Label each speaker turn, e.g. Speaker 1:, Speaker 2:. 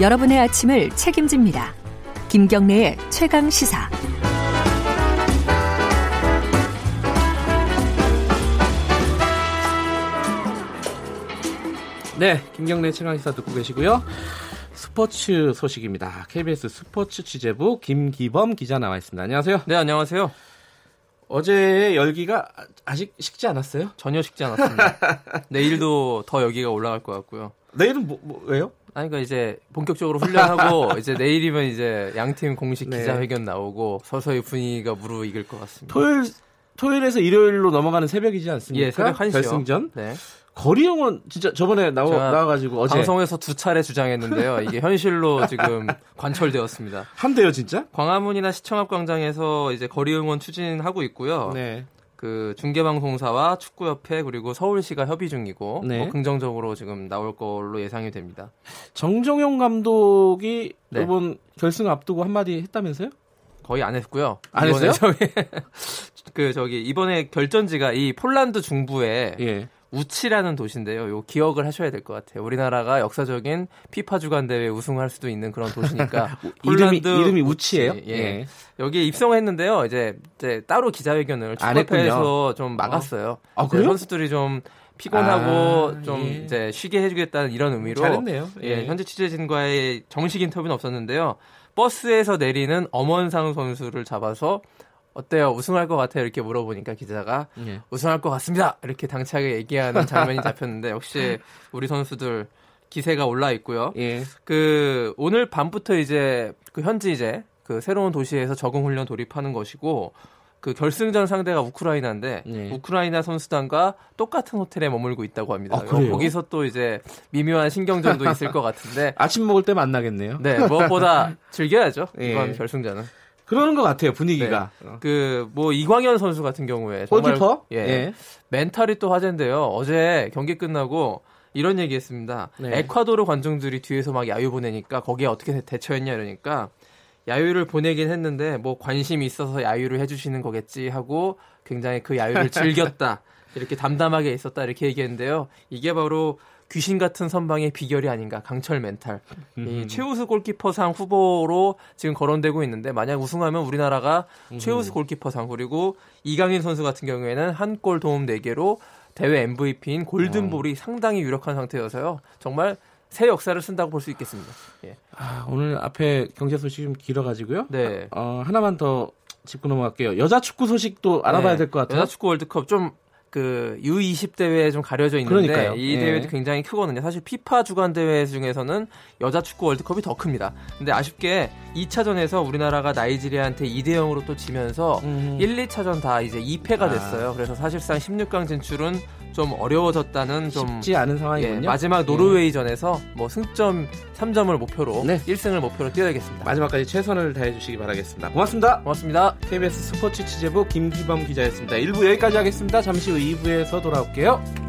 Speaker 1: 여러분의 아침을 책임집니다. 김경래의 최강 시사.
Speaker 2: 네, 김경래 최강시사 듣고 계시고요. 스포츠 소식입니다. KBS 스포츠 취재부 김기범 기자 나와 있습니다. 안녕하세요.
Speaker 3: 네, 안녕하세요.
Speaker 2: 어제 열기가 아- 아직 식지 않았어요?
Speaker 3: 전혀 식지 않았습니다. 내일도 더 여기가 올라갈 것 같고요.
Speaker 2: 내일은 뭐, 뭐- 왜요?
Speaker 3: 아니, 그러니까 이제 본격적으로 훈련하고, 이제 내일이면 이제 양팀 공식
Speaker 2: 네.
Speaker 3: 기자회견 나오고, 서서히 분위기가 무르익을 것 같습니다.
Speaker 2: 토요일 토요일에서 일요일로 넘어가는 새벽이지 않습니까?
Speaker 3: 예, 새벽 1시요.
Speaker 2: 결승전.
Speaker 3: 네.
Speaker 2: 거리 영원 진짜 저번에 나오,
Speaker 3: 제가
Speaker 2: 나와가지고 어제
Speaker 3: 방송에서 두 차례 주장했는데요. 이게 현실로 지금 관철되었습니다.
Speaker 2: 한대요 진짜?
Speaker 3: 광화문이나 시청 앞 광장에서 이제 거리 응원 추진하고 있고요.
Speaker 2: 네.
Speaker 3: 그 중계방송사와 축구협회 그리고 서울시가 협의 중이고
Speaker 2: 네.
Speaker 3: 뭐 긍정적으로 지금 나올 걸로 예상이 됩니다.
Speaker 2: 정정용 감독이
Speaker 3: 네.
Speaker 2: 이번 결승 앞두고 한마디 했다면서요?
Speaker 3: 거의 안 했고요.
Speaker 2: 안
Speaker 3: 이번에
Speaker 2: 했어요?
Speaker 3: 저기 그 저기 이번에 결전지가 이 폴란드 중부의
Speaker 2: 예.
Speaker 3: 우치라는 도시인데요. 요 기억을 하셔야 될 것 같아요. 우리나라가 역사적인 피파 주간 대회 우승할 수도 있는 그런 도시니까
Speaker 2: 이름이
Speaker 3: 폴란드
Speaker 2: 이름이 우치예요.
Speaker 3: 우치, 예. 여기에 입성했는데요. 이제, 이제 따로 기자회견을
Speaker 2: 안 했군요.
Speaker 3: 축구협회에서 좀 막았어요.
Speaker 2: 아,
Speaker 3: 이제
Speaker 2: 그래요?
Speaker 3: 선수들이 좀 피곤하고
Speaker 2: 아,
Speaker 3: 좀
Speaker 2: 예.
Speaker 3: 이제 쉬게 해주겠다는 이런 의미로
Speaker 2: 잘했네요.
Speaker 3: 예,
Speaker 2: 예.
Speaker 3: 현재 취재진과의 정식 인터뷰는 없었는데요. 버스에서 내리는 엄원상 선수를 잡아서 어때요? 우승할 것 같아요? 이렇게 물어보니까 기자가
Speaker 2: 예.
Speaker 3: 우승할 것 같습니다. 이렇게 당차게 얘기하는 장면이 잡혔는데 역시 우리 선수들 기세가 올라 있고요.
Speaker 2: 예.
Speaker 3: 그 오늘 밤부터 이제 그 현지 이제 그 새로운 도시에서 적응 훈련 돌입하는 것이고 그 결승전 상대가 우크라이나인데
Speaker 2: 네.
Speaker 3: 우크라이나 선수단과 똑같은 호텔에 머물고 있다고 합니다.
Speaker 2: 아, 그래요?
Speaker 3: 거기서 또 이제 미묘한 신경전도 있을 것 같은데
Speaker 2: 아침 먹을 때 만나겠네요.
Speaker 3: 네 무엇보다 즐겨야죠
Speaker 2: 예.
Speaker 3: 이번 결승전은
Speaker 2: 그러는 것 같아요 분위기가. 어.
Speaker 3: 그 뭐 이광현 선수 같은
Speaker 2: 네,
Speaker 3: 경우에 정말
Speaker 2: 골키퍼?
Speaker 3: 예, 멘탈이 또 화제인데요. 어제 경기 끝나고 이런 얘기했습니다.
Speaker 2: 네.
Speaker 3: 에콰도르 관중들이 뒤에서 막 야유 보내니까 거기에 어떻게 대처했냐 이러니까 야유를 보내긴 했는데 뭐 관심이 있어서 야유를 해주시는 거겠지 하고 굉장히 그 야유를 즐겼다 이렇게 담담하게 있었다 이렇게 얘기했는데요. 이게 바로 귀신 같은 선방의 비결이 아닌가 강철 멘탈
Speaker 2: 음.
Speaker 3: 이 최우수 골키퍼상 후보로 지금 거론되고 있는데 만약 우승하면 우리나라가
Speaker 2: 음.
Speaker 3: 최우수 골키퍼상 그리고 이강인 선수 같은 경우에는 한 골 도움 4개로 대회 MVP인
Speaker 2: 어.
Speaker 3: 골든볼이 상당히 유력한 상태여서요. 정말 새 역사를 쓴다고 볼 수 있겠습니다. 예.
Speaker 2: 아, 오늘 앞에 경제 소식 좀 길어가지고요.
Speaker 3: 네.
Speaker 2: 어, 하나만 더 짚고 넘어갈게요. 여자 축구 소식도 알아봐야
Speaker 3: 네.
Speaker 2: 될 것 같아요.
Speaker 3: 여자축구 월드컵 좀 그 U20 대회에 좀 가려져 있는데
Speaker 2: 그러니까요.
Speaker 3: 이
Speaker 2: 예.
Speaker 3: 대회도 굉장히 크거든요. 사실 피파 주간 대회 중에서는 여자 축구 월드컵이 더 큽니다. 근데 아쉽게 2차전에서 우리나라가 나이지리아한테 2대 0으로 또 지면서
Speaker 2: 음.
Speaker 3: 1, 2차전 다 이제 2패가
Speaker 2: 아.
Speaker 3: 됐어요. 그래서 사실상 16강 진출은 좀 어려워졌다는 좀
Speaker 2: 쉽지 않은
Speaker 3: 예,
Speaker 2: 상황이군요.
Speaker 3: 마지막 노르웨이전에서 뭐 승점 3점을 목표로
Speaker 2: 네.
Speaker 3: 1승을 목표로 뛰어야겠습니다.
Speaker 2: 마지막까지 최선을 다해주시기 바라겠습니다. 고맙습니다.
Speaker 3: 고맙습니다.
Speaker 2: KBS 스포츠 취재부 김기범 기자였습니다. 1부 여기까지 하겠습니다. 잠시 후 2부에서 돌아올게요.